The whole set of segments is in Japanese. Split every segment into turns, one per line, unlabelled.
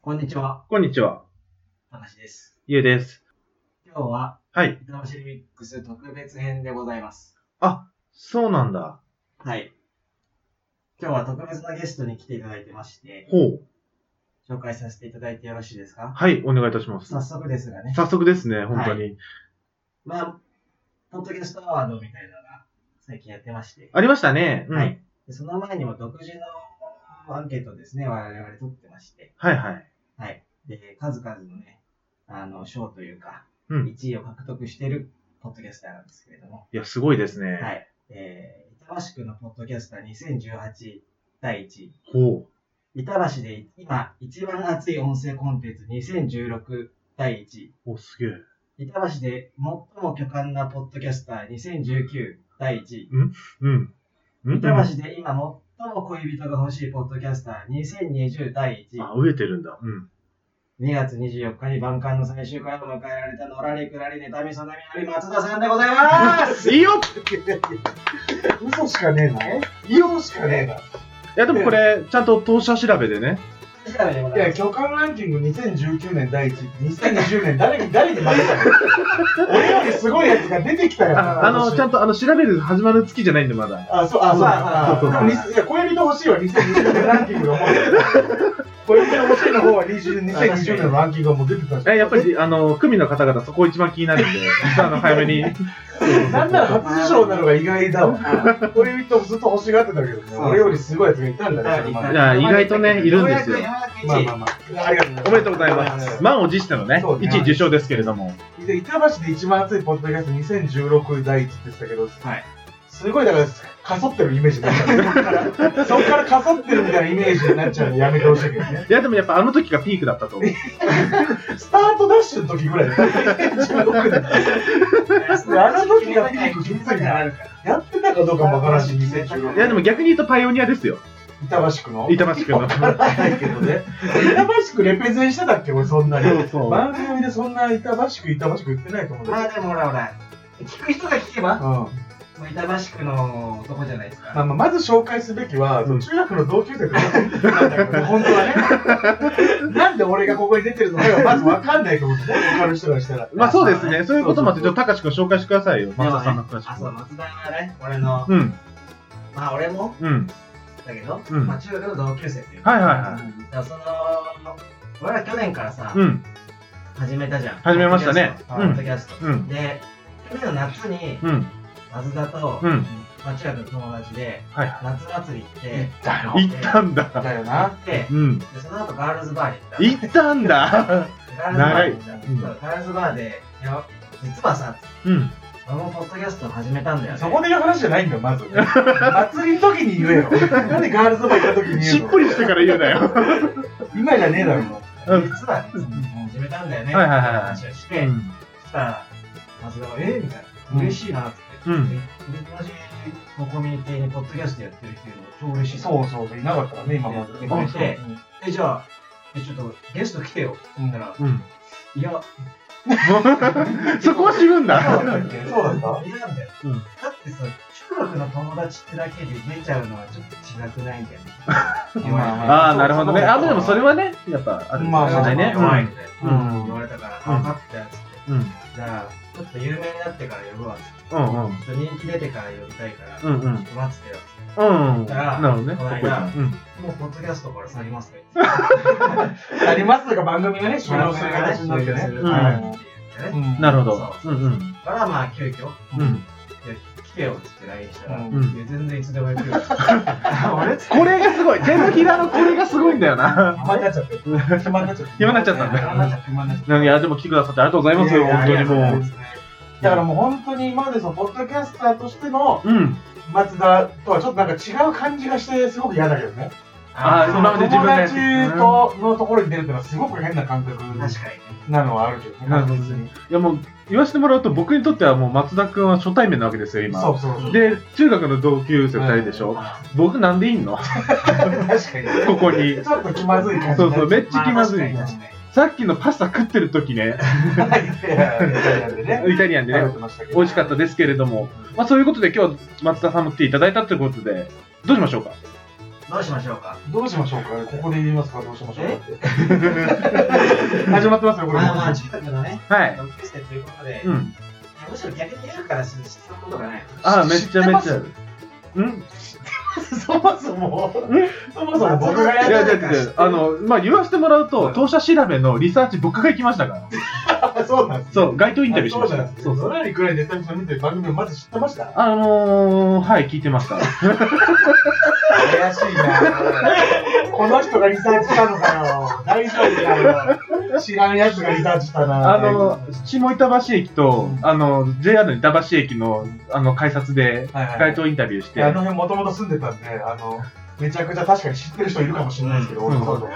こんにちは、
こんにちは。
たかしです。
ゆうです。
今日は、
はい。
板橋リミックス特別編でございます。
あ、そうなんだ。
はい。今日は特別なゲストに来ていただいてまして、
ほう。
紹介させていただいてよろしいですか
はい、お願いいたします。
早速ですがね。
早速ですね、本当に。
まあ、ポッドキャストアワードみたいなのが最近やってまして、
ありましたね。うん。
はい。でその前にも独自のアンケートですね、我々取ってまして、
はいはい。
はい。で、数々のね、あの、賞というか、
うん。
1位を獲得しているポッドキャスターなんですけれども、
いや、すごいですね。
はい。えー、板橋区のポッドキャスター2018第1位。
ほ
板橋で今一番熱い音声コンテンツ2016第1位。
う。お、すげえ。
板橋で最も巨漢なポッドキャスター2019第1位。
うん。うん。
板橋で今最も恋人が欲しいポッドキャスター2020第1
あ、
位。
飢えてるんだ。うん。
2月24日に万感の最終回を迎えられたのらりくらりネタみそなみのり松田さんでございます
いいよ
嘘しかねえな。イオンしかねえな。
いや、でもこれ、ちゃんと当社調べでね。
調べでござい
い
ま
や、
す
巨漢ランキング2019年第1位、2020年誰に、誰に負けたの俺よりすごいやつが出てきたよ。
あ、あの、ちゃ
ん
んと、あの、調べる始まる月じゃないんで、まだ。
あ、そう、あ、
そうそう
そう
そう
ああそう。いや、恋人欲しいは2020年ランキングがもう出てた。恋人欲しいの方は20 2020年のランキングがもう出てたし。
え、やっぱり、あの、組の方々、そこ一番気になるんで、あの、早めに。
なんなら初受賞なのが意 外だわ。恋人ずっと欲しがってたけどね、
そう
俺よりすごいやつがいたんだね、それまで
いや、意外とね、いるんですよ
よう。やくようやく
ま
1
あ
位
まあまあ。ありがとうございます
おめでとうございます。満を持してのね、
そうね
1位受賞ですけれども。
で板橋で一番熱いポッドキャスト2016第一って言ってたけど、
はい
すごいだからかそってるイメージになっちゃうそっからそっからかそってるみたいなイメージになっちゃうのやめてほしいけどね
いや、でもやっぱあの時がピークだったと思う。
スタートダッシュの時ぐらいだよ2016年
あの時がピーク気づいた
やってたかどうかもわからんし2016
いや、でも逆に言うとパイオニアですよ。
板橋区の
板橋くんの。そ
ないけどね板橋区レペゼンしてたっけ俺そんなに
うそう。
番組でそんな板橋区板橋区言ってないと思うんだ
まあでもほらほら、聞く人が聞けば、
けどうん
もう板橋区の男じゃないです
まあ、
か。
まあまず紹介すべきは、
うん
中学の同級生とかなんだけど、本当は ね。なんで俺がここに出てるのかがまずわかんないと思うんですね、他の人がしたら。
まあそうですね。そういうこともあって、ちょっと高志くん紹介してくださいよ。松田さんの詳し
あ、そう、
く。
松田がね、俺の、
うん、
まあ俺も
うん。
だけど、
うん
まあ中学の同級生っていう。
はいはいは
だからその、俺ら去年からさ、
い。うん、
始めたじゃん。
始めましたね
ポッドキャスト。
うん、
で、去年の夏に、
うん、
松田と、
うん。
まあ中学の友達で、
はいは
夏祭り行って、
だよ。
い。行ったんだ。
だよ
行
な。
って、
うん。
でその後ガールズバーに行った。
行ったん だ。
ガールズバーに行った。
長
そうガールズバーで、いや、実はさ、
うん。
俺もポッドキャストを始めたんだよね。
そこで言う話じゃないんだよ、まず。祭りの時に言えよ。なんでガールズバー行った時に言
し
う
っ
の
ぽりしてから言うなよ。は
今じゃねえだろ、も
うん
実はね、その始めたんだよね、
いはい
って
は
話をし
い。
て、
うん。
そしたら、松田が、えーみたい
うん
な、嬉しいなって
う
言って、
ん。
同じのコミュニティにポッドキャストやってる人いるの超嬉し
う。
い。
そうそう、いなかったからね、今まで。
あそうえ、じゃあ、え、ちょっとゲスト来てよって言ったら、
うん。
いや、
そこは知るん
そう
だ。
だっけそうだった
嫌なんだよ。
うん
だってさ、中学の友達ってだけで出ちゃうのはちょっと違くないんだよね。言われて
ま
ああ、なるほどね。あ、でもそれはね、やっぱある
まあまあ
ないね。
怖いみたいな、
うん
言われたから、
うん
分かったよっつって。
うん。うん。
じゃあ、ちょっと有名になってから呼ぶわっつって。
うんうん。
ちょっと人気出てから呼びたいから、
うんうん。
待ってよ。
うん。
だから
なるほどね。
この間
うん。
もうポッドキャストから去りますね。
ありますとか番組がね、終了する形になってね。
終了する
うん
はいって言ってね。
うん
なるほど。
そ
うんうん。
だからまあ、急遽、
うん。
来てよっつって LINE したら、
う
い
ん
うん
や全然いつでも行くよ。俺っつって
これがすごい。手のひらのこれがすごいんだよな。
暇になっちゃって。暇になっちゃって。
暇になっちゃったんだ
暇になっちゃった暇になっちゃった
いや、でも来てくださってありがとうございますよ。
いや
本
い
当
や
にもう。
だからもう本当に今までそのポッドキャスターとしての
うん。
松田とはちょっとなんか違う感じがしてすごく嫌だけどね。
あー
そ
今ま
の
で自
友
分で
達とのところに出るってのはすごく変な感覚
確かにね。
なのはあるけどね。
なるほどねいや、もう、言わせてもらうと、僕にとってはもう松田くんは初対面なわけですよ、
そ
今。
うそうそう。
で、中学の同級生二人でしょ。
ま
僕なんでいん の
確かに。
ここに。
ちょっと気まずい感じ
そう
にな
そう、
っちゃ
めっちゃ気まずい
あ。確かに確かに
さっきのパスタ食ってる時ね、
いやいやいやいやね
イタリアンで
食べ
ね、
てましたけど
美味しかったですけれども。まあ、そういうことで今日は松田さんも来ていただいたということで、どうしましょうか
どうしましょうか
どうしましょうかここで言いますかどうしましょうか
え
って。始まってますよ、これ。
まあまあ、中学のね、
はい。
同級生ということで、
う
い
ん。
やむしろ逆に言うから質のことがない。
ああ、めっちゃめっちゃ。うん
そもそも、そもそも僕が
いや、だ
やっ
ってて
るから知ってる
あ、の、まあ、言わせてもらうと、当社調べのリサーチ僕が行きましたから。
そうなんですね
そう、街頭インタビューし
そ
ま
う
し
じゃな
た
い。です
そ
か。
うそ
ど
う。
らりくらいで久々に見てる番組をまず知ってました
あのー、はい、聞いてました。
怪しいな。この人がリサーチしたのかよ。大丈夫かよ。知らんやつがリサーチしたな。
あの、下板橋駅と、あの、JR 板橋駅の、あの、改札で、
はいはいはい
街頭インタビューし
い
て、
やあの辺もともと住んでたんで、あの、めちゃくちゃ確かに知ってる人いるかもしれないですけど、
うん
俺のこと。はい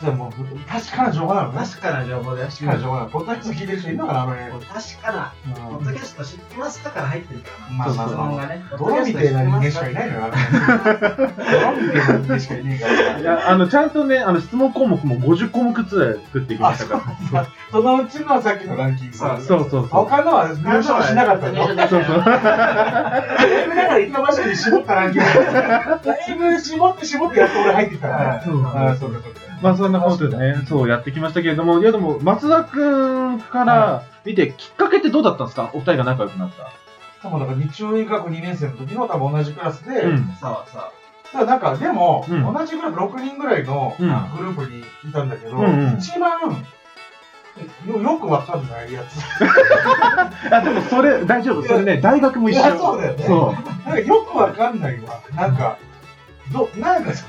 じゃあもう、確かな情報なのね。
確かな情報で、
確かな情報なの。ポッドキャスト聞いてる人いるのかな、あの辺。
確かな、ポッドキャスト知ってますかから入ってるからな。
まあまあ
質問
まあ。
がね、
泥みたいな人間しかいないのよ、あの辺泥みたいな人間しかいねえから
い。や、あの、ちゃんとね、あの、質問項目も50項目ずつ作ってきましたから。
そのうちのはさっきのランキング。
そう
そうそうそう。
他のは入賞しなかったの。だい
そうそう。
ぶだから今場所に絞ったランキング。だいぶ絞って絞ってやっと俺入ってきたから。
そう
ああ、そうかそうか。
まあそんなことでね、そうやってきましたけれども、いやでも、松田くんから見て、きっかけってどうだったんですかお二人が仲良くなった。
多分だから日曜医学2年生の時の多分同じクラスで、
うん。
そうそう。
ただなんかでも、
うん
同じクラス6人ぐらいの
うん
グループにいたんだけど、
うんうん
一番よよくわかんないやつ。
あ、でもそれ、大丈夫。それね、大学も一
いや
緒。
そうだよね
そう。
なんかよくわかんないわ。なんか、ど、なんか、そ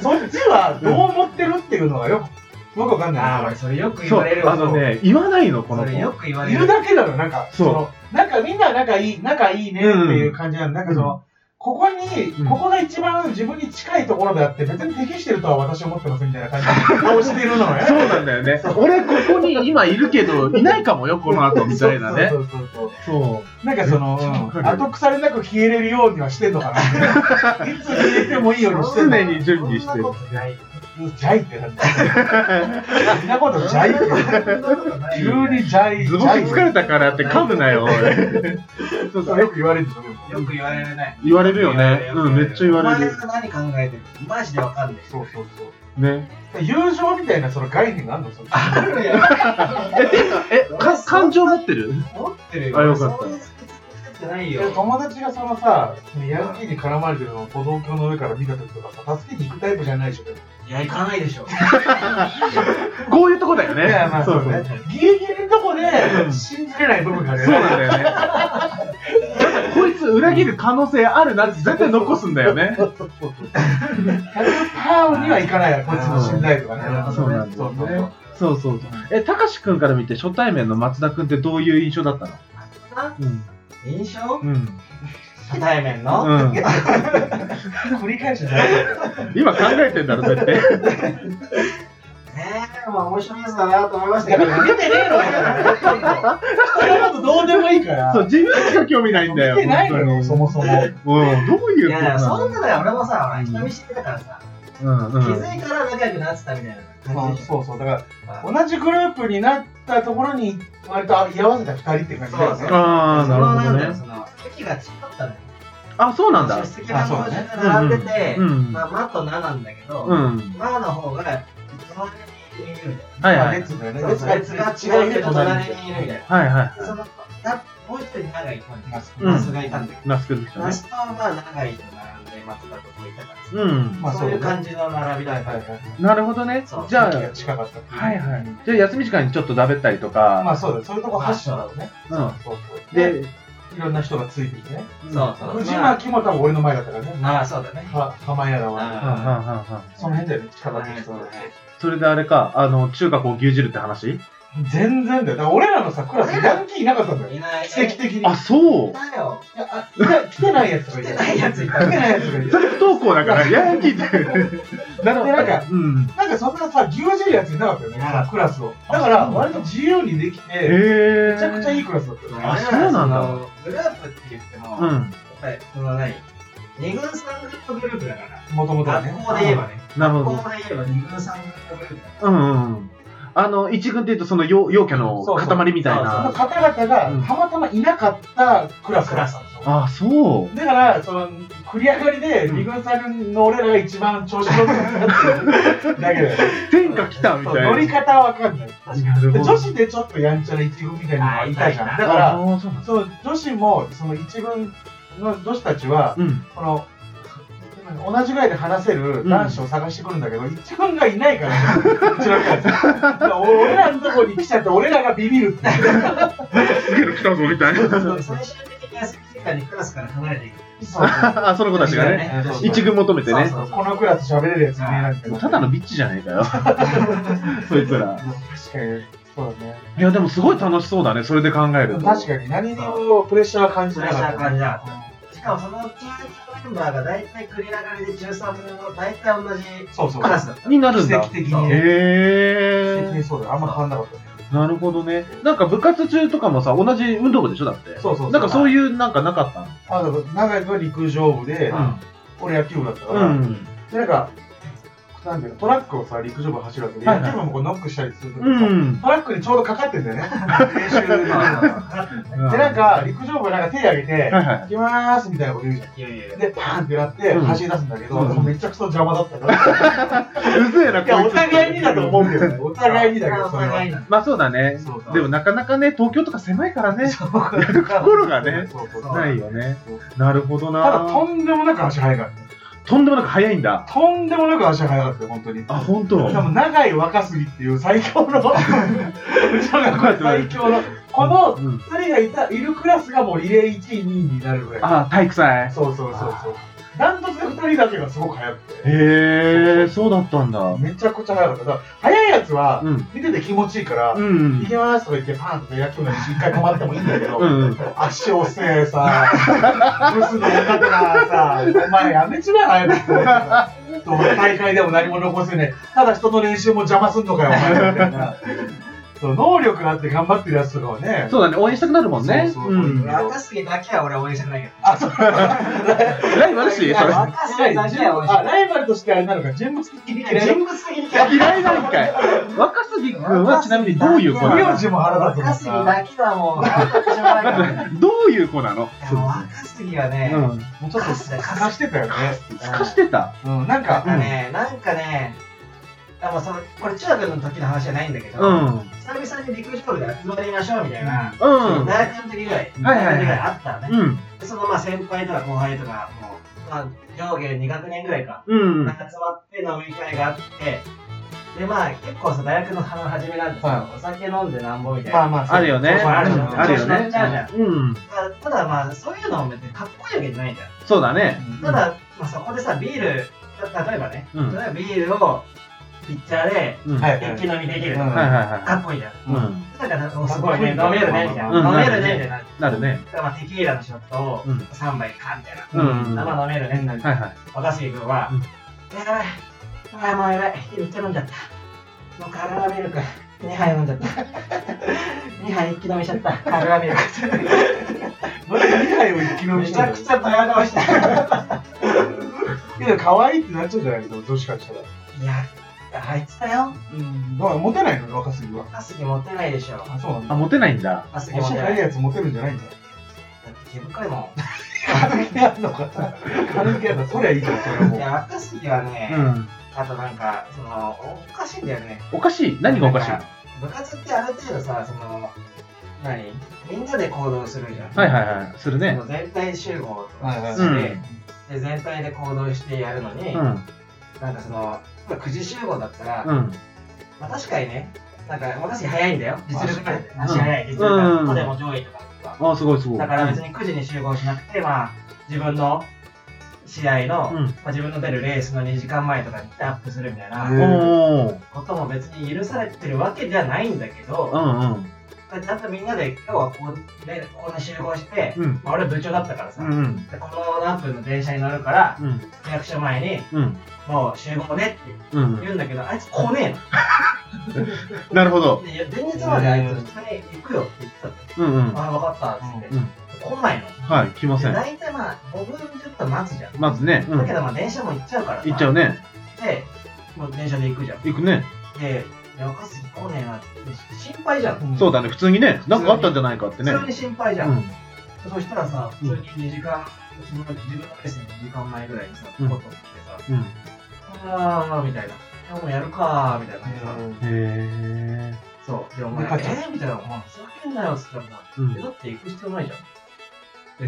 そっちはどう思ってるっていうのがよく、よくわかんない。
ああ、俺それよく言
そう
われるわ
あのね、言わないの、この
そ
子。
れよく言われ
い
る
る。だけだろ、なんか、
そ
そうの、なんかみんな仲いい、仲いいねっていう感じなんだけど、
う
ここに、
うん
ここが一番自分に近いところであって、別に適してるとは私は思ってますみたいな感じで顔してるのね。
そうなんだよね。俺、ここに今いるけど、いないかもよ、この後、みたいなね
そ。うそうそうそう
そ
なんかその、
めっちゃわかる
後腐れなく消えれるようにはしてんのかな。いつ消えてもいいようにしてんの
常に準備して
そ
る
んなことないよ。
ジャイってなんだよ。そんなことジャイってなんだ
そ
よ。
んなことない
急にジャイ。
う。ズボン
ジャイ
疲れたからって噛むなよ、おいそうそう
よく言われるんだよ。
よく言われるね。
言われるよね。
よく
うん、めっちゃ言われる
お。前が何考えてるマジでわかんない。
そうそうそう。
ね。
友情みたいなその概念があるのそれ
あるよ。
え、か感情持ってる
持ってるよ。
あよかった
そういう作りってないよ。
友達がそのさ、ヤンキーに絡まれてるのを歩道橋の上から見た時とかさ、助けに行くタイプじゃないでしょ。
いや、行かないでしょ。
こういうとこだよね。
いやまあ
そう
そ
そうう
ね。ギリギリのとこで
うん
信じれない部分がね。
そうなんだよね。なんかこいつ裏切る可能性あるなって絶対残すんだよね。
パーにはいかないや、こっちの信頼とかね。
そうなんだ
そ
よ
うそうそ
ね。そうそ
う
うそう。え、たかしくんから見て初対面の松田くんってどういう印象だったの
な
うん。
印象
うん。
初対面の、
うん。
繰り返しじゃないよ。
今考えてんだろ、絶対。
ええまあ面白いやつだなと思いまし
だ
た
か
け
ら
ど、
見てねえのよ。人のことどうでもいいから。
そう、自分しか興味ないんだよ。
見てないのよ、
本
そもそも。
当にうん、どう
い
いうこ
や
と
いや、
な
そ
の
んなのよ、俺もさ、人見知りだからさ、
うんう
気
ん。
づいたら仲良くなってたみたいな
ま
感
あ、
じでしょ。
そうそう、だから、同じグループになったところに、割と居合わせた二人って感じだよ
そうそ
ね。
う
ああ、
その
な
な
るほ
んだよ、
どね。
その、席が違ったのよ。
あ、そうなんだ
出。席番号順が並んでて、
うん。
まあ、マとナなんだけど、
うん。
マの方が、隣にいるみたいな。
はい
まあ
はい。
列だよね。
そう
列
そう
が
列が違うけど隣
隣
にいるみたい
はいは
な。その、だもう一人長い子に、
まあ
うん
ナスがいたんだけ
い。ナスクでし
ど、
た
ナ
ね。
スとまあ長いと並んで、松田とこういたからさ、
うん。
まあ
そういう
そうだ
感じの並びだ
はい
か
は
ら。
いはい。
なるほどね
そう。
じゃあ、
席が近かったってう
はいはい。じゃあ、休み時間にちょっとだべったりとか。
まあそうだよ、そういうとこ発祥だろうね。そうそう。
で
で、、いろんな人がついてきてね。
うん
そうそう。
藤
まあ
巻も多分俺の前だったからね。
ああ、そうだね。
は浜屋だ
うん
わ。
うんうんうん
その辺だよね、近かった人だね
それであれか、あの、中華を牛耳るって話
全然だよ。だから俺らのさ、クラス、ヤンキーいなかったんだよ。
いない。
奇跡的に。い
あ、そう。
だよ。
やあいや来てないやつがい
来
た。
てないやついた
来。てないやつがいた。
それ不登校だから、ヤンキーって。なるほど。
なんか
うん。
なんかそんなさ、牛耳るやついなかったよね、
いなかった
クラスを。だから、割と自由にでき
へ
て、
え。
めちゃくちゃいいクラスだったよね。
あそうなんだ。
グループって言っても、
う
やっ
ん。
ぱり、その何二軍三軍のグループだから。
もともとはね。
学校で言えばね。
なる
学
ほ
校
ど。
で言えば二軍三軍のグループだか
うんうんうん。あの、一軍っていうと、その陽陽キャの
そうそう
塊みたい
その
な。
方々
うん
がたまたまいなかったクラスだったんですよ。
あ、そう。
だから、その、繰り上がりで、
うん
二軍三軍の俺らが一番調子乗ってたっていうだけだよ。
天下来た みたい
そう
な。
乗り方はわかんない。確か
なるほ
に。で
ど
女子でちょっとやんちゃな一軍みたいなのがいたじゃん。だから、
あーそうなんだ
その女子も、その一軍の女子たちは、
うん。
この、同じぐらいで話せる男子を探してくるんだけど、一軍がいないから、うちのクラスだから俺らのとこに来ちゃって、俺らがビビるって。
すげえの来たぞみたいな。
最終的に休み時間にクラスから離れていく。
そう
あ、その子たちがね。
そうそう
一軍求めてね。
そうそうこのクラス喋れるやついねえなみたいな。
ただのビッチじゃねえかよ。 そいつら。
確かに、そうだね。
いや、でもすごい楽しそうだね。それで考えると。
確かに、何にもプレッシャーは感じなかった。
プレッシャーは感じなかしかもその中級メンバーが大体繰り上がりで13分の大体同じ
そうそう。
クラスだった。
になるん
奇
だ
跡。的
そう
にね。奇跡的
へ
にそうだよ。あんま変わんなかったね。
ー。なるほどね。なんか部活中とかもさ、同じ運動部でしょだって。
そうそう。
なんかそう
いう。
いうなんかなかったの
あ、だから、長井君は陸上部で、俺野球部だったか
う
ら、
ん。
で、なんか、なんていうの、トラックをさ、陸上部走るわけで、
はいはい
野球部もこうノックしたりすると
う
きさ、
ん。
トラックにちょうどかかってんだ よね。練習で。で、な、
なん
か、陸上部がなんか手挙げて、
はいはい
行きまーすみたいなこと言うじゃん。
いやいやいや。
で、パーンってなって、
うん
走り出すんだけど、
うん
でもめちゃくちゃ邪魔だったから。
うぜえな、
いや、
こ
お
いつ。
互いにだと思うけどね。お互いにだけど、
お
それは
互い。に。
まあそうだね。
そうそう
でもなかなかね、東京とか狭いからね。
心
がねないよね。なるほど
た
な。
だ、とんでもなく足早かっ
とんでもなく早いんだ。
た。とんでもなく足早かったよ、本当に。
あ、本当。
でも、長い若すぎっていう最強 の、うちの学校最強の、この
うん
2人がいた、いるクラスがもうリレー1位、2位になるぐらい。
あ、体育祭。
そうそうそうそう。ダントツで2人だけがすごく早くて。
へえ、そうだったんだ。う
めちゃくちゃ早かった。だから早いやつは、
ん。
見てて気持ちいいから、
う
行
ん。
けますとか言って、パンと野球の一回止まってもいいんだけど、
うんうん。
足をせえさ、ブスの女とかさ、お前やめちまえ早くどの大会でも何も残せねえ。ただ人の練習も邪魔すんのかよ、お前みたいな。そう能力があって頑張ってるやつとかはね、
そうだね、応援したくなるもんね。
そうそう
うん
若杉だけは俺は応援したくないけど。
あ、そう。
ライバル視それ。
あ
あ
若杉だけは応援した
あ
くない。
ライバルとしてあれなのか、人物的に嫌いな
人物的に嫌い。
嫌いなんかい。若杉君はちなみにどういう子な
名
の
字も腹立つも
若
ん
杉
さ。
だけはもう、私もないから
どういう子なの
でも若杉はね、
うん。
もうちょっとすかしてたよね。
すかしてた。
うん、なん
なん
か、
かね、なんかね、あもうそのこれ中学の時の話じゃないんだけど、
うん。うん。
久々に陸上部で集まりましょうみたいな、
うん。
大学の時ぐらい、
はいは
大学
いはい
の時ぐらいあったのね、
うん。
でそのまあ先輩とか後輩とか、もう、まあ、上下2学年ぐらいか、
うん。
集まって飲み会があって、でまあ結構さ、大学の初めなんでさ、
は
お酒飲んでなんぼみたいな。
まあまあそう、
あるよね。
そうそうあるよね
あるよね。うん。
まあただまあ、そういうのも別にかっこいいわけじゃないんだよ。
そうだね。
ただ、まあ、そこでさ、ビール、例えばね、
うん
例えばビールをピッチャーで
うん。
は
はい
い
一気飲みできる。
うん
はいは
かっこいいじゃん。
い。うん。
だから、おすごいね、飲めるね、みたいな。
うん
飲めるね、みたいな。
なるね。
だからまあ、テキーラのショットを
うん
3杯か、みたいな。
うん。うん。は
生飲めるね、みたい
い
な。
はい。
若杉君は
う、
やばい、ああ、もうやばい、めっちゃ飲んじゃった。もうカルアミルク、2杯飲んじゃった。2杯一気飲みしちゃった、カルアミル ク。
飲み会を一気飲み
め
し
ち
た
ゃ
の
くちゃドヤ顔した。
いや、可愛いってなっちゃうじゃないですか、女子からしたら。
いや、あいつだよ。
うん。だから、モテないの、若杉は。
若杉持ってないでしょ。
あ、そうなん
あ、
だ。
モテないんだ。
若杉持
足
て
早いやつモテるんじゃないんだ。
だって毛深いもん。
軽気やんのか。軽気やったら、そりゃいいじゃん、それはいも
や、若杉はね、
うん。
あとなんか、その、おかしいんだよね。
おかしい。何がおかしい
なん部活ってある程度さ、その、何みんなで行動するじゃん。
はいはいはい。するね
そ。の全体集合と
はいは
か
い
し
う
て、で、
ん。
全体で行動してやるのに、
うん。
なんかその、まあ9時集合だったら、
うん。
まあ確かにね、なんか、私早いんだよ。実力がある
ん
足早い、実力があ
う
る。
ん
とでも上位とかだ
あ、すごいすごい。
だから別に9時に集合しなくて、まあ、自分の試合の、
う
ま
ん。
あ、自分の出るレースの2時間前とかに来てアップするみたいな。
うん
おー。
ことも別に許されてるわけじゃないんだけ
う
ど、
んうん。
ちゃんとみんなで今日はこう、ね、こんな集合して、
うん。
まあ、俺部長だったからさ、
うんうん。
でこの何分の電車に乗るから、
うん。
区役所前に
うん。
もう集合ねって
うん。
言うんだけど、あいつ来ね
なるほ
えの。。
ど
で前日まであいつ普通に行くよって言ってたの。
うんうん。
ああ、分かったっつって、
うんうん
来ないの。
はい、来ませ
で
ん。
大体まあ5分10分待つじゃん。
まずね。うん。
だけどまあ電車も行っちゃうからさ、
行っちゃうね。
で、もう電車で行くじゃん。
行くね。
で、若杉来ねえなって心配じゃん。
そうだね、普通にね、なんかあったんじゃないかってね。
普通に心配じゃん。
うん
そしたらさ、
うん
普通に2時間、その自分のペースに2時間前ぐらいにさ、
うん
ポッと来てさ、
うん。
あーみたいな。今日もやるかーみたいな感じでさ、
へ
そう。で、お
で
前、え
かちゃん
ーみたいな、お前、ふざけんなよっつったらさ、
ーうん
えだって行く必要ないじゃん。え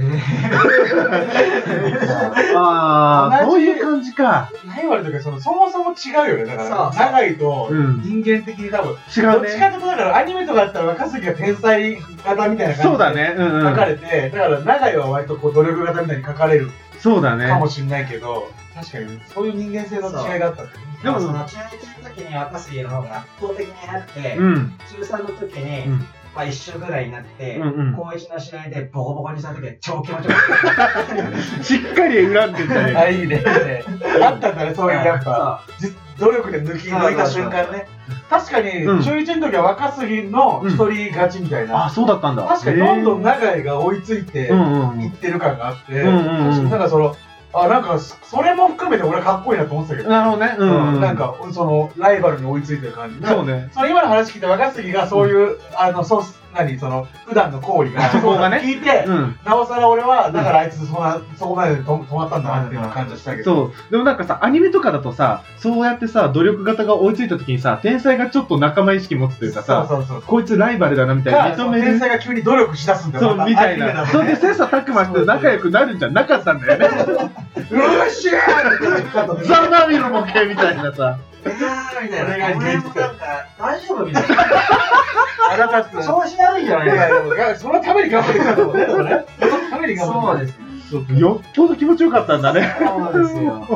ああ、
同じ
そういう感じか。
何言われたかそのそもそも違うよねだから
そう
長いと
うん。
人間的に多
違
分ど
う
っちか
ね。
というとだからアニメとかだったら若杉が天才型みたいな感じで
そうだね。うんう
書か
ん。
れてだから長いは割とこう努力型みたいに書かれる
そうだ
か
ね
も。しれないけど確かにそういう人間性の違いがあったんだよね
でもその中1の時に若杉の方が圧倒的に早くて、
うん。
中3の時に、
うん
まあ一緒ぐらいになって、
うんうん
高1の試合でボコボコにした時は超気持ちよかっ
しっかり恨んでた
あ
ね。
いいねいいねあったんだねそういうやっぱじ努力で抜き抜いた瞬間ね確かに
うん
中1の時は若杉の一人勝ちみたいな、
あ、そうだったんだ。
確かにどんどん
へ
長井が追いついて
ーうんう
いっ
ん。
てる感があって、
うんうんうん
なんかそのあなんかそそれも含めて俺かっこいいなと思ってたけど、
なるほどね。うん。
なん、かそのライバルに追いついてる感じ
そうね。
その今の話聞いて若杉がそういう、あのそう何その普段の行為が
そこがね
聞いて、
うん。
なおさら俺はだからあいつそんなそこまでと止まったんだなっていう感じはしたけ
そ
ど、
う。でもなんかさ、アニメとかだとさ、そうやってさ、努力型が追いついた時にさ、天才がちょっと仲間意識持つというかさ、
そうそうそう
こいつライバルだなみたい
か
な、
そ
認
の
め
天
る。
才が急に努力しだすんだよ
そう、
また
みたい
アニメだ
な。
と
それで切磋琢磨して仲良くなるんじゃなかったんだよね。
うわっしゃーって
ザ・ナミの模型みたいなさ。
た。えーみ
お
たいな。
願い
俺もなんか、大丈夫みたいな。
腹立つ
調子悪いんじゃない
いやいやいやそのために頑張ってきたと思うねでもねそのために頑張ってき
す。
たそう
よっぽど気持ちよかったんだね。
そうですよ。だか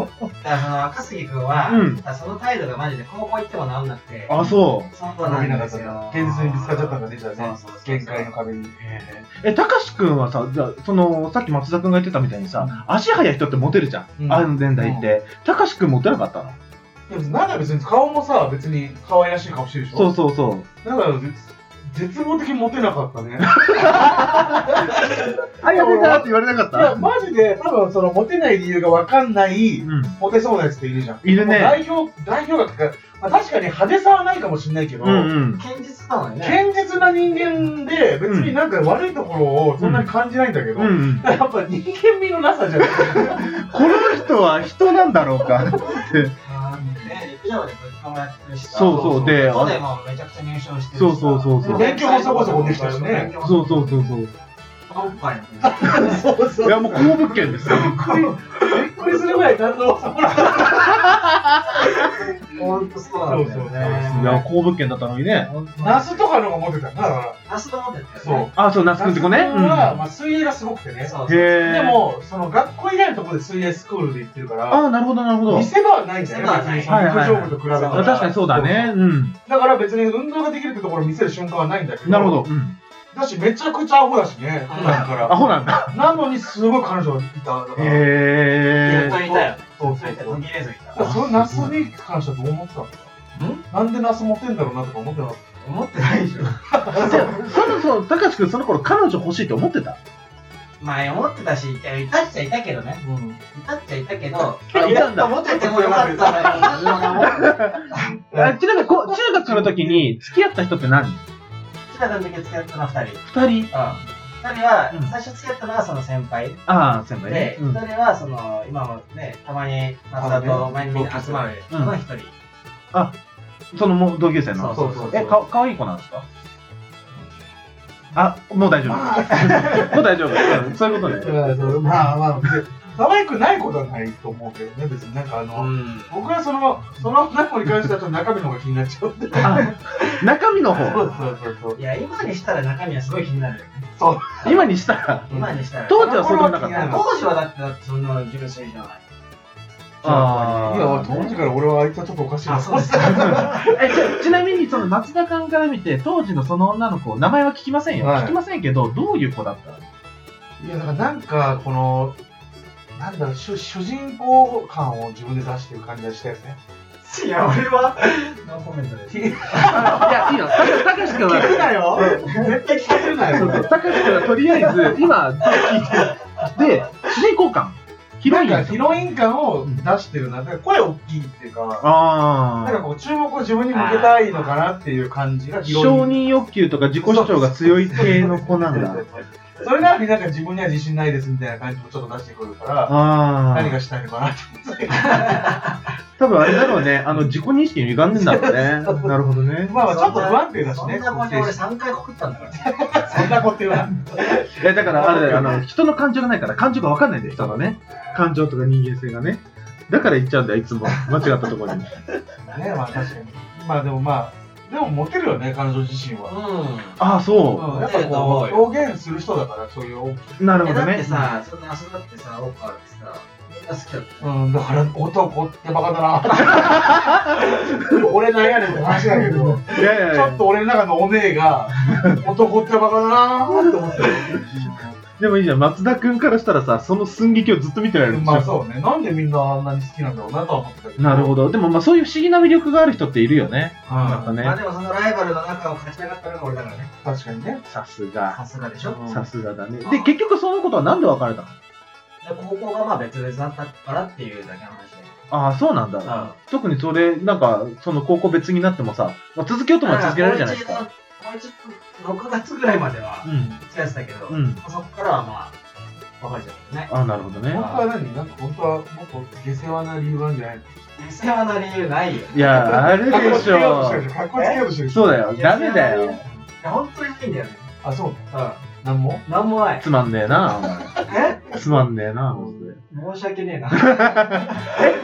らその若杉君は、
うん
その態度がマジで高校行っても治んなくて、
あ、そう。
そうな
伸びなんか
で
った
すよ。
点数にぶつかっちゃったんだねじゃあね
そうそうそう
限界の壁に
え、たかしくんはさ、じゃあその、さっき松田くんが言ってたみたいにさ、足速い人ってモテるじゃ
うん
ん。安全台って。たかしくんモテなかったの
でもなんか別に顔もさ別に可愛らしい顔してるでしょ
そうそうそう。
だから絶絶望的にモテなかったね
あ、やめたって言われなかっ
いや
た
マジで多分そのモテない理由が分かんない
うん。
モテそうなやつっているじゃん
いるね。
代表代表学が、まあ、確かに派手さはないかもしれないけど、
うんうん。
堅実なのよね。
堅実な人間で別になんか悪いところをそんなに感じないんだけど、
うんうん、
やっぱ人間味のなさじゃない
この人は人なんだろうか
あーね陸上でぶっかもやってるしさ、
そうそうで
外でもめちゃくちゃ入賞してるしさ
そうそうそうそう
勉強もそこそこできたしね
勉強も
そうそうそうそう
おっぱいの
そうそ
いやもう
びっ
好物件ですよ
くり、びっくりするぐらい担当さ
ほんとそうなんだよ
いや
ね。
好物件だったのにね
ナスとかの方が持ってたんだから。
ナスと思ってたよね。
そう。
あそう那須くんって子ね
那須君は、まあ、水泳がすごくてね。
そうそう。
へ
で
え
も、その学校以外のところで水泳スクールで行ってるから、
あなるほどなるほど
見せ場はないんだよね。別に
見せ
場はない
陸上部と比べた
はいはいは
ら。
い
確かにそうだねうん
そう。だから別に運動ができるってところを見せる瞬間はないんだけど。
なるほど、。うん
だし、めちゃくちゃアホだしね、普段か
ア
ら。
ホなんだ。
なのに、すごい彼女がいた。だから
ず
へ
っといたよ。
そう
ず
そう
っと
そう
途。切れずいた。
だからそのナスに関してはどう思ってたのなんでナス持ってんだろうなとか思ってなかっ
思ってないでしょ。
ー。そのそう、高橋くん、その頃彼女欲しいって思ってた。
前思ってたし、いやいたっちゃいたけどね。
た。うん。
いたっちゃいたけど、
あいたんだ
思っててもよかったな自分が思ってた。
あちなみに、こう中学の時に付き合った人って何
ちなみに付き合ったのは2人。うん。
二人。
2人は、
うん
最初付き合ったのはその先輩
ああ、先輩
で
ね、。うん
1人はその、今もね、たまに松田と前にみんな集まるの1人。
そのもう同級生の。
そうそうそう
え、か可愛い子なんですかあ、もう大丈夫。も
まあ、
う大丈夫。うんそういうことね。
まあ、まあ、可愛くないことはないと思うけどね、別になんかあの、
ん。
僕はその、その中に関してはちょっと中身の方が気になっちゃう。そう
あ中身の
そ
方。
うそうそう。
いや、今にしたら中身はすごい気になるよね。
今にしたら。
今にしたら。
当時はそうでもなかっ
う
た
ん。
当時はだって、だってそんな純粋じゃない。
あ
い
ー
や、当時から俺はあいつはちょっとおかしいな。
ですか。
えちょちなみにその松田君から見て当時のその女の子名前は聞きませんよ、
はい
聞きませんけどどういう子だった
いや、だからなんか、この、なんだろう、主主人公感を自分で出してる感じがしたよね。
いや、俺は、 ノーコメントです。
いやいいよたかたかし君
聞く
は
なよ絶対聞かれるな
そうそう
よ
たかし君はとりあえず今聞いてで主人公感ヒロイン
なんかヒロイン感を出してるな。だから声大きいっていうか、
あ
なんか
あ。
こう注目を自分に向けたいのかなっていう感じがヒロイン
承認欲求とか自己主張が強い系の子なんだ。
それなのになんか自分には自信ないですみたいな感じもちょっと出してくるから、
あ
何
あ。
がしたいのかなって。
多分あれだろうね。あの、自己認識に歪んでんだろうね。なるほどね。
まあまあちょっと不安定だし
そん
ね。
なもんね、俺3回告ったんだから。
そんなこと言わない。
え、だから、あれだよ。あの、人の感情がないから、感情がわかんないんだよ、人のね。感情とか人間性がね。だから言っちゃうんだよ、いつも。間違ったとこ ろに。
ねまあ確かに。まあでもまあ、でもモテるよね、彼女自身は。
う
ああ、そ
うんやっ
モ
ぱこ
テると思う
う、
よ
表現する人だから、そういう大きい。
う。なる
ん。え
ほ
だ
ど
っ
ね
て。さ、そんな遊だってさ、オッパーってさ、みんな好きだった。
うん、だから男ってバカだな。俺なんやねんって話だけど、
いやいやい
ちょっ
や。
と俺の中のお姉が、男ってバカだなーって思ってる。
でもいいじゃん。松田君からしたらさ、その寸劇をずっと見てられるでしょ。
まあそうね、なんでみんなあんなに好きなんだろうなとは思ってたけど。
なるほ
ど。
ど。でも、まあ、そういう不思議な魅力がある人っているよね。やっ
ま
ぱ
あ
ね。
でもそのライバルの中を勝ち上がったのが俺だからね。
確かにね。
さすが。
さすがでしょ。
さすがだね。で、結局そのことはなんで別れたの
で高校がまあ別々だったからっていうだけの話だ
ああ、そうなんだ。
よ。
特にそれ、なんか、その高校別になってもさ、まあ、続けようとも続けられるじゃないですか。
もう一度、6月ぐらいまでは
うん。
付き合ってたけど、
うん。
そこからはまあ、別れちゃったね。
ああ、なるほどね
本。当は何なんか本当はもっと下世話な理由があるんじゃないの
世話な理由ないよ。
いや、ある
格好
で
つ
し
けようと
ょ
してるでしょ。格好つけようとしてるでしょ。
そうだよ。ダメだよ。
いや、本当にないんだよね。
あ、そう。
う
なんも
ん。なんもない。
つまんねえな、お前
え
つまんねえな、ほんとに
申し訳ねえな。
え、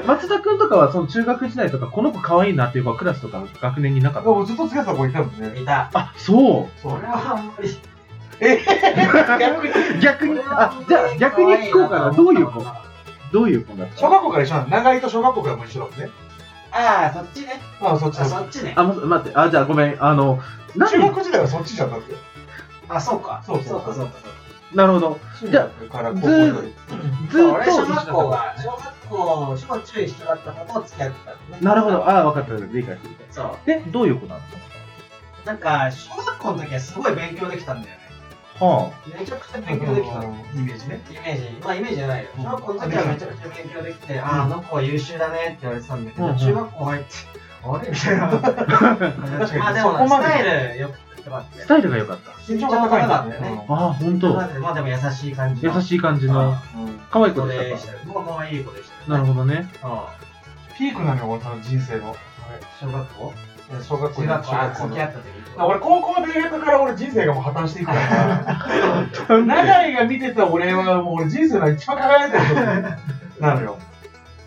松田くんとかは、その中学時代とか、この子可愛いなっていう子クラスとか学年になかった
もうずっとつけてた子いたもんね。
いた。
あ、そう。
そ
俺
う。
はあんまり。
逆に。
逆に、あ、じゃあ逆に聞こうかな。どういう子
あ
どういう子だった
小学校から一緒なの。長井と小学校からも一緒だもんね。
あ、そっちね。
ああ、そっちだ
あ、そっちね。
あ、ま、待って、あ、じゃあごめん、あの、なん
中学時代はそっちじゃなくて。
あ、そうか。
そう
そ
そうう
か、そうか。
なるほど。じゃ
あ、から
ず
高校
ー
まで
ずーっ
俺、小
と、
学校が、小学校、小中一緒だった子と付き合ってたのね。
なるほど、ああ、分かった、理解する。
そう。
で、どういう子なの
なんか、小学校の時はすごい勉強できたんだよね。
は
めちゃくちゃ勉強できたの。
イメージね。
イメージ、まあイメージじゃないよ。小学校の時はめちゃくちゃ勉強できて、ああ、あの子は優秀だねって言われてたんだけど、
うんうん
中学校入って、あれみたいな。まあでも、
そこま
ス
で
タイルよくてよかった
あ、ス
よ
タイルが良かった。
身長が高いんだ
身長が高かったよ
ね。
ああ、ほんと。
まあでも優しい感じ
優
の。い
しい感じの、
うん
可愛い子
子
で
で
し
したた
か
よ。もういい子でした
ら。なるほどね。
ど。うん
ピークなのよ、俺の人生の。
小学校
小学校
中学校
中学校
付
の
き合った時
俺、高校大学から俺人生がもう破綻していくから。長井が見てた俺はもう俺人生の一番輝いてる時なのよ。だか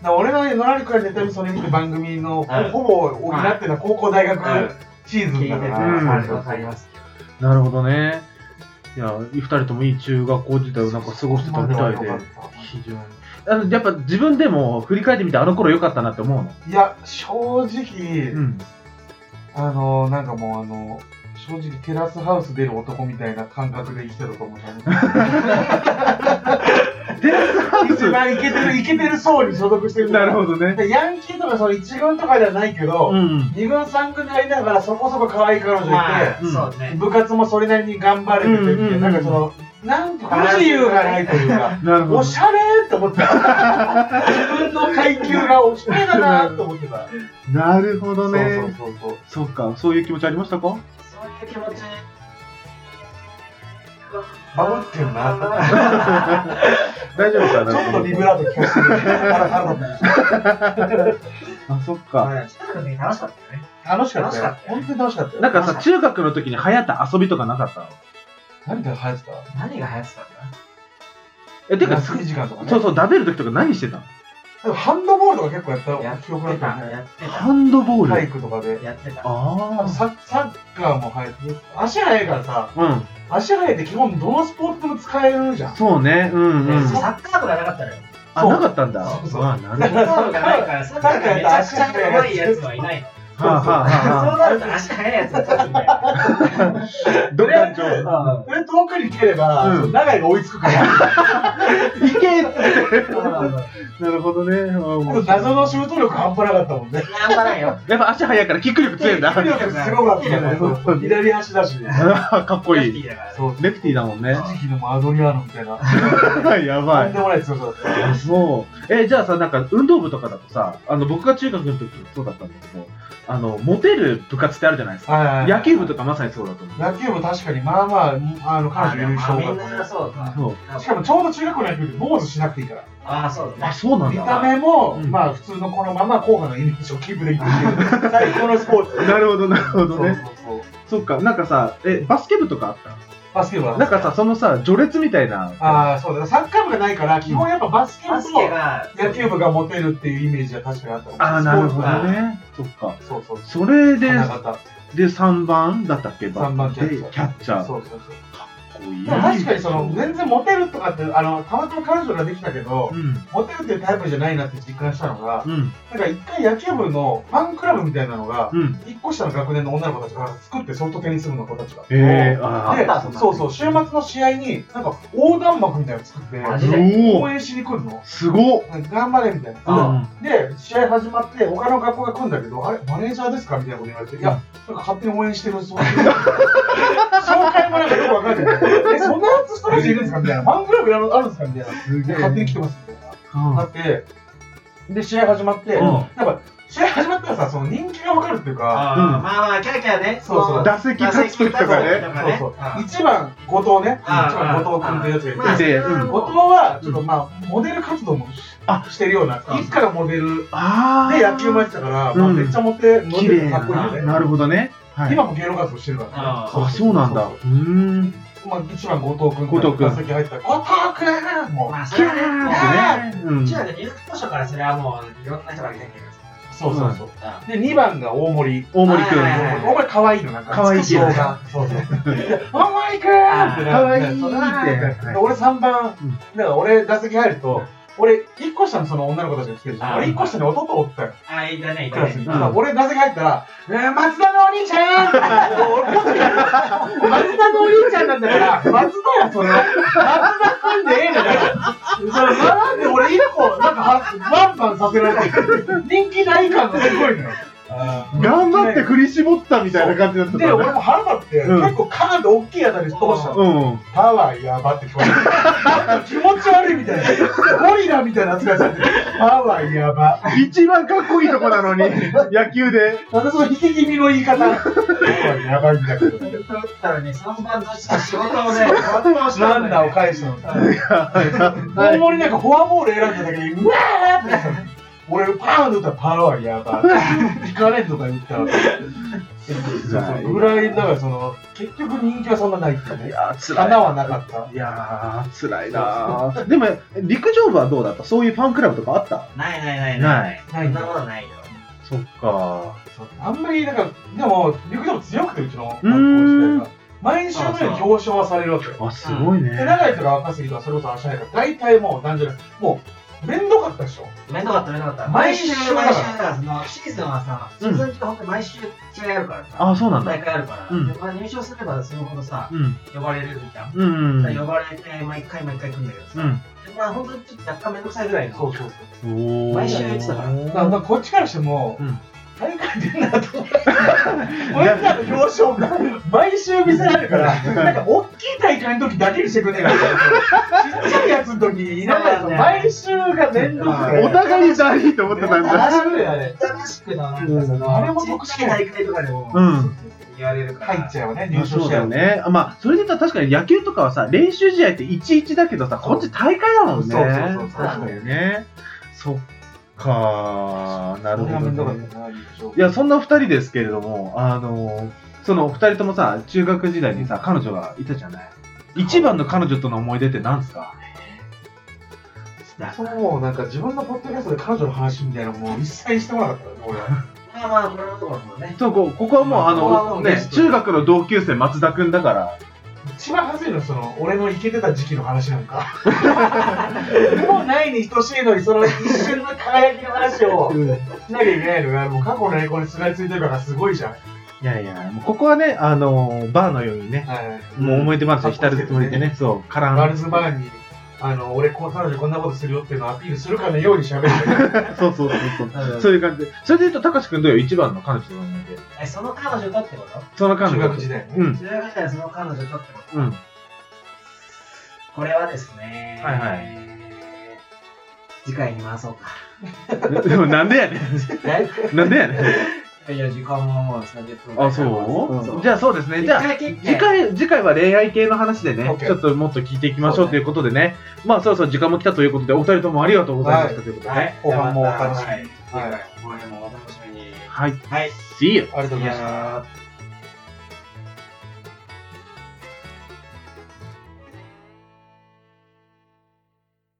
ら俺の野良にくらいネタミソネ見て番組の
はい
ほぼ補ってた高校大学シーズ
聞い
ン
てる
だから。
うん
わかります。
なるほどね。いや、二人ともいい中学校時代をなんか過ごしてたみたいで。非常に。あの、やっぱ自分でも振り返ってみて、あの頃良かったなって思うの。
いや、正直、
うん。
あの、なんかもうあの、正直テラスハウス出る男みたいな感覚で生きてたと思う。
テラスハウ
一
ス。
番イケてる、イケてる層に所属してる。
なるほどね。
でヤンキーとかその一軍とかではないけど、
うん。
二軍三軍でありながらそこそこ可愛い彼女いて、
まあ、
うん
そうね。
部活もそれなりに頑張れてて、
うんうんうん
なんかその、なんか不自由がないというか、
なるほど。
おしゃれーって思ってた。自分の階級がおしゃれだなーって思ってた。
なるほどね。
そうそうそうそう。
そっか、そういう気持ちありましたか
そういう気持ち。
バブって るな。
大丈夫か
ちょっとビブラート聞かせて
あ、そっか。
はい中学の時楽しかったよね。
楽しか
か
っ
ったた
よ
よ。
本当に楽しかったよ。
なんかさ、中学の時に流行った遊びとかなかったの
何が流行ってた
何が流行ってたんだ
え、てか、そ
休み時間とかね。
うそう、食べる時とか何してたの
でもハンドボールとか結構やった
や
よ
って
記憶あった
た、
よね。
やって
ハンドボール。
体育とかで
た、。やってた。
あと
あ
ササッカーも流行って足速いからさ、
あ。うん。
足速いって基本どのスポーツも使えるじゃん。
そうね。うんうん。
でサッカー部がなかったのよ。
あ、なかったんだ。
そうそう
あな
サ
る
ッカー部がないから、サッカー部がめちゃくちゃ上手いやつはいない。
はあはあはあ
そうなると足速いやつが勝つんだよ。
どっかんち
う
ょ、
それ遠くに蹴れば、
うん
その長井が追いつく から。
いけっつって。
うん
なるほどね。あー面白い
謎のシュート力半端なかったもん ね。
頑張らんよ。
やっぱ足速いからキック力強いんだ。
キック力すごかったね。左足だしね。
かっこいい。
だから
そう。
レフティーだも んね。
時期のマドリアーノみたいな。
やば
とん
い。
でもない強さだった。
そう。え、じゃあさ、なんか運動部とかだとさ、あの、僕が中学の時もそうだったんだけど、あの、モテる部活ってあるじゃないですか。
はいはいはい
野球部とかまさにそうだと思う。
野球部確かに、まあまあ、にあの、
あ
彼
で
女い
もまあみ
る人多
ん
かった
な
ね。
そうか。
そう。
しかもちょうど中学校の野球部で坊主しなくていいから。
ああ、そうだ
あ、
ね。
そうなん
見
だ。
た目も、
うん
まあ普通のこのまま硬派なイメージをキープできるっていう、 最高のスポーツ。
なるほど、なるほ
そ
ど
う
ね。
そうそう。
そっか、なんかさ、え、バスケ部とかあっ
バスケ部
た
は。
なんかさ、そのさ、序列みたいな。
ああ、そうだ。サッカー部がないから、基本やっぱバスケ部
バスケ
と
が、
野球部がモテるっていうイメージは確かにあった
あー、なるほど
ね。
ね。そっか。
そうそうそう。
それで、
花形
で、3番だったっけ
三番
で
キャッチャー。
キャッチャー。
そうそうそう。
かっこいい
でも確かにその、全然モテるとかって、あの、たまたま彼女ができたけど
う、ん。
モテるっていうタイプじゃないなって実感したのが、
うん。
なんか一回野球部のファンクラブみたいなのが、
うん。
一個下の学年の女の子たちが作ってソフトテニス部の子たちが。
えー、あ
あ
ー
っ
で
たそんな、の
そうそう、週末の試合に、なんか横断幕みたいなの作って、
マジで。
お
応
お
援しに来るの
すごっ
なんか頑張れみたい
うん
な。で、試合始まって、他の学校が来るんだけど、あれ、マネージャーですかみたいなこと言われて、いや、なんか勝手に応援してる、そういう。紹介もなんかよくわかんない。え、そんなやつ人たちいるんですかみたいな。マングラブやるあるんですかみたいな。
す
で、勝手に来てますみたいな。
うん
なって、で、試合始まって、
うん
やっぱ、試合始まったらさ、その人気がわかるっていうか、
あ
う
あ
ん
まあまあ、キャーキャーね。
そうそう
打席立つ時とかね。
打席立つ時
そ
と
う
かね
1番、後藤ね、
ああ
1番、後藤君ってやつがいて、
まあ
で
それはも
後藤は、ちょっとまあ、モデル活動も
あ
してるような、
うん
いつからモデル
あ
で
ー
野球もやってたから、
うん
まあ、めっちゃモテ、モ
綺
デル
麗
かっこいいよ
な。
ね。
なるほどね。はい。
今も芸能活動してるからね。
あ
あ、そうなんだ。うーん。
まあ、1番、後藤君
後藤君
打席入ったら、後藤君も
まあ、そ
キ
れ
ャ
はねもう
ーってね。うん
うちらね、入学当初からそれはもう、いろんな人がいてるけどさ。
う、そうそうそう。
う
で、2番が大森。
大森くん。
はいはいはい
大森可愛いの、なんか。
可愛い系
けど
だね。
そ うそう。大森くんってな
可愛い
そ
っ
う
て。
で俺3番、
うん
だから俺打席入ると、俺1個下のその女の子たちが来てるじゃん。
あー
俺1個下に弟おったよ、
んあ、いたね、い
ク
た
ラスに。
ね。
だから俺打席入ったら、えー松田のお兄ちゃ んって俺こっちが松田のお兄ちゃんなんだから、松田や、それ。松田くんでええのだから。それなんで俺1個、なんかはバンバンさせられて、人気大感がすごいのよ。
頑張って振り絞ったみたいな感じだったか
で、
ら
俺も腹立って、
うん
結構カーンって大きい当たり飛ばしたの。
ね。
パワーやばって聞こえた。なんか気持ち悪いみたいな。ゴリラみたいな扱いされてる。パワーやば。
うん。一番かっこいいとこな のに、野球で。
なんかその引き気味の言 い方。パワーやばいんだけど。
打ったらね、3番として仕事をね、バッをした
ラ
ん
ン
だ
ナ
よ
ーを
ね。
返したのか。大森なんかフォアボール選んだだけで、うわーってなったの。俺、パーン打ったらパワーやば。引かれんとか言ったら。そうぐらい、だからその、結局人気はそんなないっていう
い
ね。
やー、つ
穴はなかった。
いやー、辛いなー。でも、陸上部はどうだったそういうファンクラブとかあった
ないないないい。
な
そ
い
んなことないよ。
そっか
あんまり、だから、でも、陸上部強くて、うちの学校
うーん
自体が。毎週のように表彰はされるわけよ。
ー。あ、すごいね。
で長井とか若杉とかそれこそ足早いから大体もう単純にもう面倒かったでしょ
めんどかっためんどかった。
毎週だから
毎週だから、その、シーズンはさ、シーズン中ほんと毎週試合あるからさ、
あ、そうなん
大
だ。
会あるから、
うん
でまあ入賞すればそのほどさ、
うん。
呼ばれるじゃん。
うん。
呼ばれて、毎回毎回来るんだけどさ、
うん。
でまあ本当にちょっと若干めんどくさいぐらいの。
そうそうそう
おー。
毎週やってたから
だからだからこっちからしても、
うん
大会出んなと思ってこいつらの表彰が毎週見せられるからなんか大きい大会の時だけにしてくれないからちっちゃいやつの時にいながら
そうだね
毎週が面倒くさい
お互いだいと思ってたんだ。
正しいよね
新しくな、なんかそ
うんあれも
の、ちっちゃい大会とかでも、
うん
言われるから。
入っちゃうよね入
まあ
賞
そう
しち
だ
ゃ
よ
う
ね。あまあ、それで言ったら確かに野球とかはさ、練習試合って1-1だけどさ、こっち大会だもんね。
そうそうそうそう
確かにね。そっかー、なる
それが
ほ
面
ど
倒かっ
ね。
たな優勝
いや、そんな2人ですけれども、あのー、その2人ともさ、中学時代にさ、彼女がいたじゃない。一番の彼女との思い出って何すか
だ
それもうなんか自分のポッドキャストで彼女の話みたいなのもう一切してこなかったよね俺は
まあまあ、これのところもね。
そうこここはもう、あ
ここはも
の、
う
ね
ゲス、ト
中学の同級生松田くんだから、
一番恥ずいのはその俺のイケてた時期の話なんかもうないに等しいのにその一瞬の輝きの話をしなきゃいけないのがもう過去の栄光にすがりついてるからすごいじゃん、
いやいや、もうここはね、あのーバーのようにね、
はい、
もう思い出話に浸るつもりでね、そう、カラ
ガ
ン
ール、ズバーにあの俺こう彼女こんなことするよっていうのをアピールするかのように喋る
そうそうそうそう、そういう感じで。それで言うと、たかし君どうよ、一番の彼女の思い出。
えその彼女とってこと
その彼
中
女。
学時代ね、
うん、
中学時代その彼女とってこと
うん。
これはですね、
はいはい
次回に回そうか。
でもなんでやねん。なんでやね
いや、時間ももう30分
ん。あ、そう、じゃあそうですね。
一
じゃあ、
回切って
次回、次回は恋愛系の話でね、
OK
ちょっともっと聞いていきましょ
そう
う
ね
ということでね、まあそろそろ時間も来たということで、お二人ともありがとうございましたということで
は
ね。
い、
後半もお楽しみ
はい
に
次回後半もお楽しみに。
はい。
はい。
See you!
ありがとうございました
やー